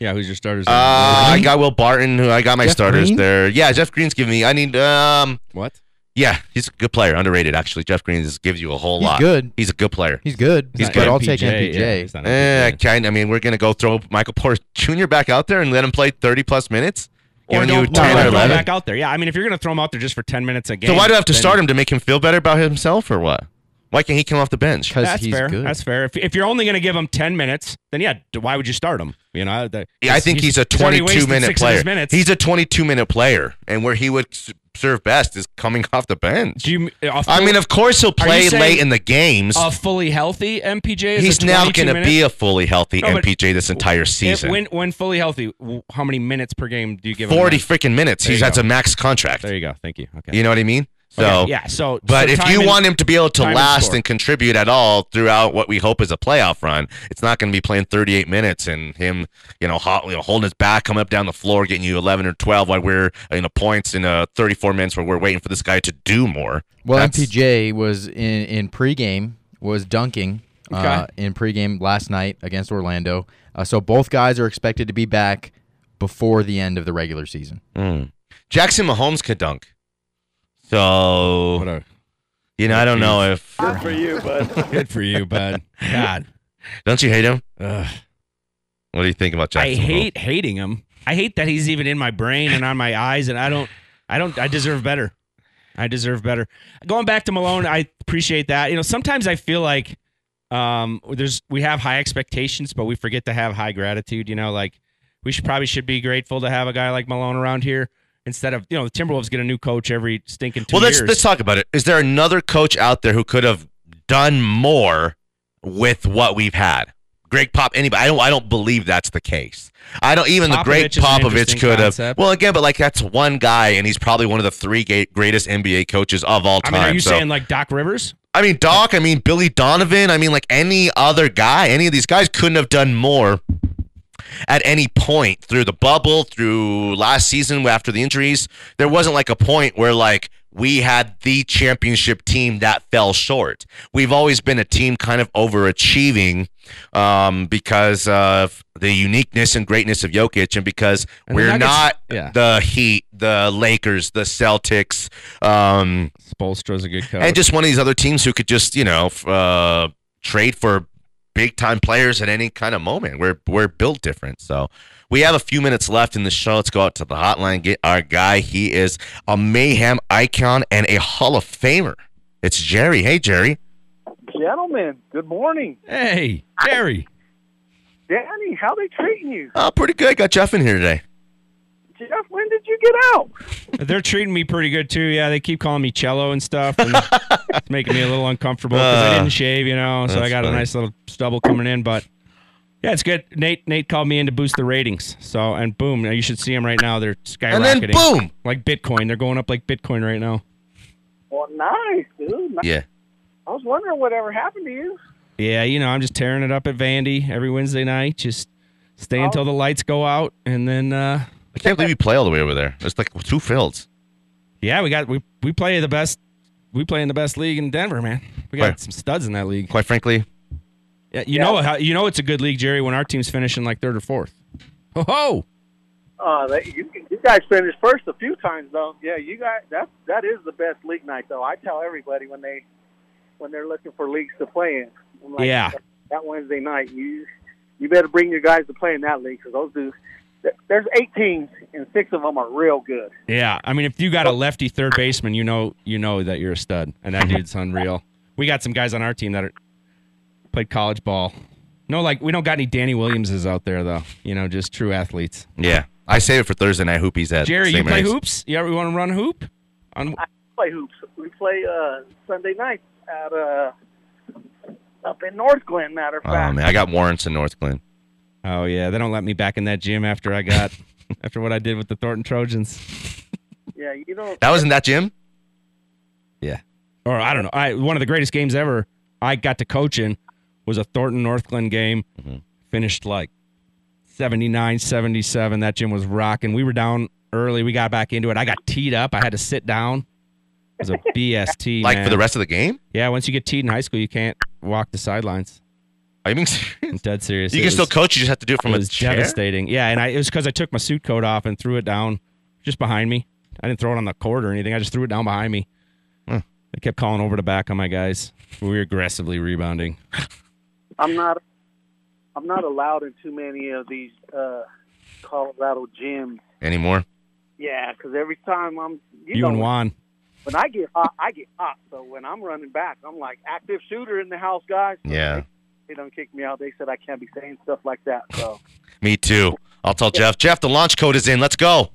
S4: Yeah, who's your starters?
S3: Uh, I got Will Barton. Who I got my
S5: Jeff
S3: starters
S5: Green?
S3: there. Yeah, Jeff Green's giving me. I need. Um,
S4: what?
S3: yeah, he's a good player. Underrated, actually. Jeff Green just gives you a whole
S5: He's
S3: lot.
S5: good.
S3: He's a good player.
S5: He's good.
S4: He's
S5: but I'll
S4: MPJ,
S5: take MPJ.
S4: yeah, he's not
S3: Eh, I
S4: MPJ.
S3: kind. I mean, we're gonna go throw Michael Porter Jr. back out there and let him play thirty plus minutes.
S4: Or
S3: Giving
S4: don't,
S3: you
S4: don't throw
S3: ten
S4: him
S3: or eleven.
S4: back out there. Yeah, I mean, if you're going to throw him out there just for 10 minutes a game.
S3: So why do I have to
S4: then-
S3: start him to make him feel better about himself or what? Why can't he come off the bench?
S5: Because
S4: That's
S5: he's
S4: fair.
S5: good.
S4: That's fair. If, if you're only going to give him 10 minutes, then yeah, d- why would you start him? You know, that-
S3: Yeah, I think he's, a
S4: already
S3: 22
S4: wasted
S3: minute
S4: six of his
S3: player.
S4: minutes.
S3: He's a 22 minute player, and where he would s- serve best is coming [laughs] off the bench.
S4: Do you, a
S3: I
S4: full-
S3: mean, of course he'll
S4: you
S3: play
S4: saying
S3: late in the games.
S4: a fully healthy MPJ. Is
S3: He's now going to be a fully healthy
S4: No, but
S3: MPJ this entire season.
S4: when when fully healthy. w- How many minutes per game do you give? him?
S3: 40 freaking minutes.
S4: There
S3: He's
S4: you
S3: that's
S4: go.
S3: a max contract.
S4: There you go. Thank you. Okay.
S3: You know what I mean? So
S4: Okay, yeah. So,
S3: But
S4: so
S3: if
S4: time
S3: you
S4: and-
S3: want him to be able to
S4: time and
S3: last
S4: score.
S3: and contribute at all throughout what we hope is a playoff run, it's not going to be playing 38 minutes and him, you know, hot, you know, holding his back, coming up down the floor, getting you 11 or 12 while we're you know points in uh, 34 minutes where we're waiting for this guy to do more.
S5: Well,
S3: That's-
S5: MPJ was in in pregame was dunking uh, in pregame last night against Orlando. Uh, so both guys are expected to be back before the end of the regular season.
S3: Mm. Jackson Mahomes could dunk. So
S4: What a-
S3: you know, I don't know if
S4: good for you, bud. God,
S3: don't you hate him?
S4: Ugh.
S3: What do you think about
S4: I
S3: Jackson?
S4: hate hating him. I hate that he's even in my brain and on my eyes, and I don't, I don't, I deserve better. I deserve better. Going back to Malone, I appreciate that. You know, sometimes I feel like um, there's we have high expectations, but we forget to have high gratitude. You know, like we should probably should be grateful to have a guy like Malone around here instead of you know the Timberwolves get a new coach every stinking two
S3: Well, let's
S4: years.
S3: let's talk about it. Is there another coach out there who could have done more with what we've had? Greg Pop, anybody? I don't. I don't believe that's the case. I don't. Even the
S4: Popovich
S3: great
S4: is an
S3: Popovich
S4: interesting
S3: could have.
S4: concept.
S3: Well, again, but like that's one guy, and he's probably one of the three ga- greatest NBA coaches of all
S4: I
S3: time.
S4: mean, are you
S3: so-
S4: saying like Doc Rivers?
S3: I mean, Doc. I mean, Billy Donovan. I mean, like any other guy, any of these guys couldn't have done more at any point through the bubble, through last season after the injuries. There wasn't like a point where like we had the championship team that fell short. We've always been a team kind of overachieving um, because of the uniqueness and greatness of Jokic, and because
S4: And the
S3: we're
S4: Nuggets-
S3: not
S4: yeah.
S3: the Heat, the Lakers, the Celtics. Um,
S4: Spolstra's a good coach.
S3: and just one of these other teams who could just you know f- uh, trade for big time players at any kind of moment. We're we're built different, so we have a few minutes left in the show. Let's go out to the hotline. Get our guy. He is a mayhem icon and a Hall of Famer. It's Jerry. Hey Jerry.
S9: Gentlemen, good morning.
S4: hey, Jerry.
S9: Danny, how they treating you?
S3: Oh, pretty good. Got Jeff in here today.
S9: Jeff, when did you get out?
S4: They're treating me pretty good too. Yeah, they keep calling me cello and stuff.
S3: [laughs]
S4: And it's making me a little uncomfortable because I
S3: Uh,
S4: didn't shave, you know. So I
S3: that's
S4: got
S3: funny.
S4: a nice little stubble coming in, but yeah, it's good. Nate Nate called me in to boost the ratings. So and boom, you should see them right now. They're skyrocketing.
S3: And then boom.
S4: like Bitcoin. They're going up like Bitcoin right now.
S9: Well, nice, dude. Nice.
S3: Yeah.
S9: I was wondering whatever happened to you.
S4: Yeah, you know, I'm just tearing it up at Vandy every Wednesday night. Just
S3: Oh.
S4: stay until the lights go out, and then uh,
S3: I can't believe you play all the way over there. It's like two fields.
S4: yeah, we got we we play the best. We play in the best league in Denver, man. We got
S3: Right.
S4: some studs in that league.
S3: Quite frankly,
S4: Yeah, you know how you know it's a good league, Jerry, when our team's finishing like third or fourth. Ho ho!
S9: Uh, that, you, you guys finished first a few times, though. Yeah, you guys. That's that is the best league night, though. I tell everybody when they when they're looking for leagues to play in. I'm like,
S4: Yeah.
S9: That Wednesday night, you you better bring your guys to play in that league because those dudes. there- There's eight teams and six of them are real good.
S4: Yeah, I mean, if you got a lefty third baseman, you know, you know that you're a stud, and that [laughs] dude's unreal. We got some guys on our team that are, played college ball. No, like we don't got any Danny Williamses out there though. You know, just true athletes.
S3: Yeah. I save it for Thursday night hoopies at
S4: Jerry, you
S3: St.
S4: play
S3: Mary's.
S4: hoops? You ever want to run hoop? On
S9: We play hoops. We play uh, Sunday nights at uh, up in North Glen. Matter of
S3: Oh
S9: fact,
S3: man, I got warrants in North Glen.
S4: oh yeah, they don't let me back in that gym after I got [laughs] after what I did with the Thornton Trojans.
S9: yeah, you don't.
S3: That was in that gym? Yeah.
S4: or I don't know, I one of the greatest games ever I got to coach in was a Thornton Northland game.
S3: Mm-hmm.
S4: Finished like 79, 77. That gym was rocking. We were down early. We got back into it. I got teed up. I had to sit down. It was
S3: [laughs]
S4: a BST.
S3: Like for
S4: man.
S3: the rest of the game?
S4: Yeah, once you get teed in high school, you can't walk the sidelines.
S3: Are you being [laughs] serious?
S4: I'm dead serious.
S3: You
S4: It
S3: can still
S4: was-
S3: coach, you just have to do it from
S4: it
S3: a
S4: was
S3: chair?
S4: devastating. Yeah, and I, it was because I took my suit coat off and threw it down just behind me. I didn't throw it on the court or anything. I just threw it down behind me.
S3: Hmm.
S4: I kept calling over to back on my guys. We were aggressively rebounding.
S9: I'm not. I'm not allowed in too many of these uh, Colorado gyms.
S3: Anymore.
S9: Yeah, because every time I'm you,
S4: You
S9: know,
S4: and Juan.
S9: when I get hot, I get hot. So when I'm running back, I'm like active shooter in the house, guys. So
S3: Yeah.
S9: They, they don't kick me out. They said I can't be saying stuff like that.
S4: [laughs]
S9: So
S3: Me too. I'll tell Jeff. Jeff, the launch code is in. Let's go.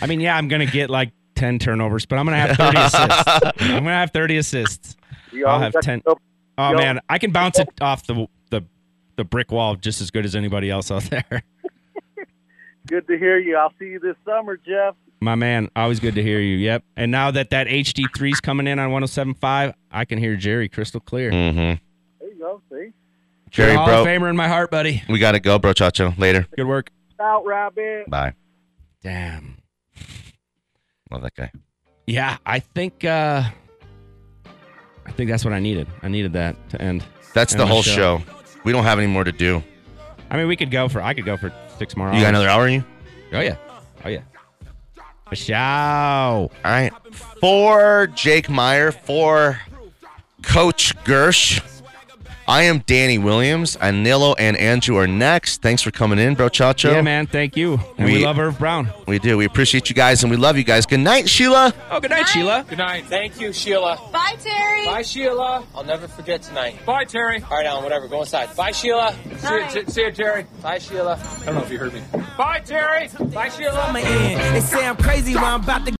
S4: I mean, yeah, I'm gonna get like ten turnovers, but I'm gonna have
S3: [laughs]
S4: thirty assists. I'm gonna have thirty assists.
S9: you
S4: I'll
S9: always
S4: have
S9: got to
S4: 10.
S9: go-
S4: Oh
S9: Yo.
S4: man, I can bounce it off the the the brick wall just as good as anybody else out [laughs] there.
S9: Good to hear you. I'll see you this summer, Jeff.
S4: My man, always good to hear you. Yep. And now that that HD3's coming in on 107.5, I can hear Jerry crystal clear.
S3: Mm-hmm.
S9: There you go. See,
S3: Jerry,
S4: You're a Hall of
S3: bro,
S4: Famer in my heart, buddy.
S3: we gotta go, bro. Chacho. Later.
S4: Good work.
S9: out, rabbit.
S3: Bye.
S4: Damn.
S3: Love that guy.
S4: Yeah, I think uh I think that's what I needed. I needed that to end.
S3: That's
S4: And
S3: the whole
S4: Michelle.
S3: show. We don't have any more to do.
S4: I mean, we could go for I could go for six more
S3: You got
S4: hours.
S3: another hour in you?
S4: Oh yeah. Oh yeah. Michelle.
S3: All right. For Jake Meyer, for Coach Gersh, I am Danny Williams. Anilo and Andrew are next. Thanks for coming in, bro Chacho.
S4: Yeah, man. Thank you. And we,
S3: We-
S4: love Irv Brown.
S3: We do. We appreciate you guys and we love you guys. Good night, Sheila.
S4: Oh, good night, Sheila.
S10: Good night. Thank you, Sheila.
S2: Bye, Terry.
S10: Bye, Sheila. I'll never forget tonight. Bye, Terry. All right, Alan, whatever. Go inside. Bye, Sheila.
S2: Bye.
S10: See, you, see you, Terry. Bye, Sheila. I don't know if you heard me. Bye, Terry. Bye, Sheila.
S8: They say I'm crazy, but I'm about to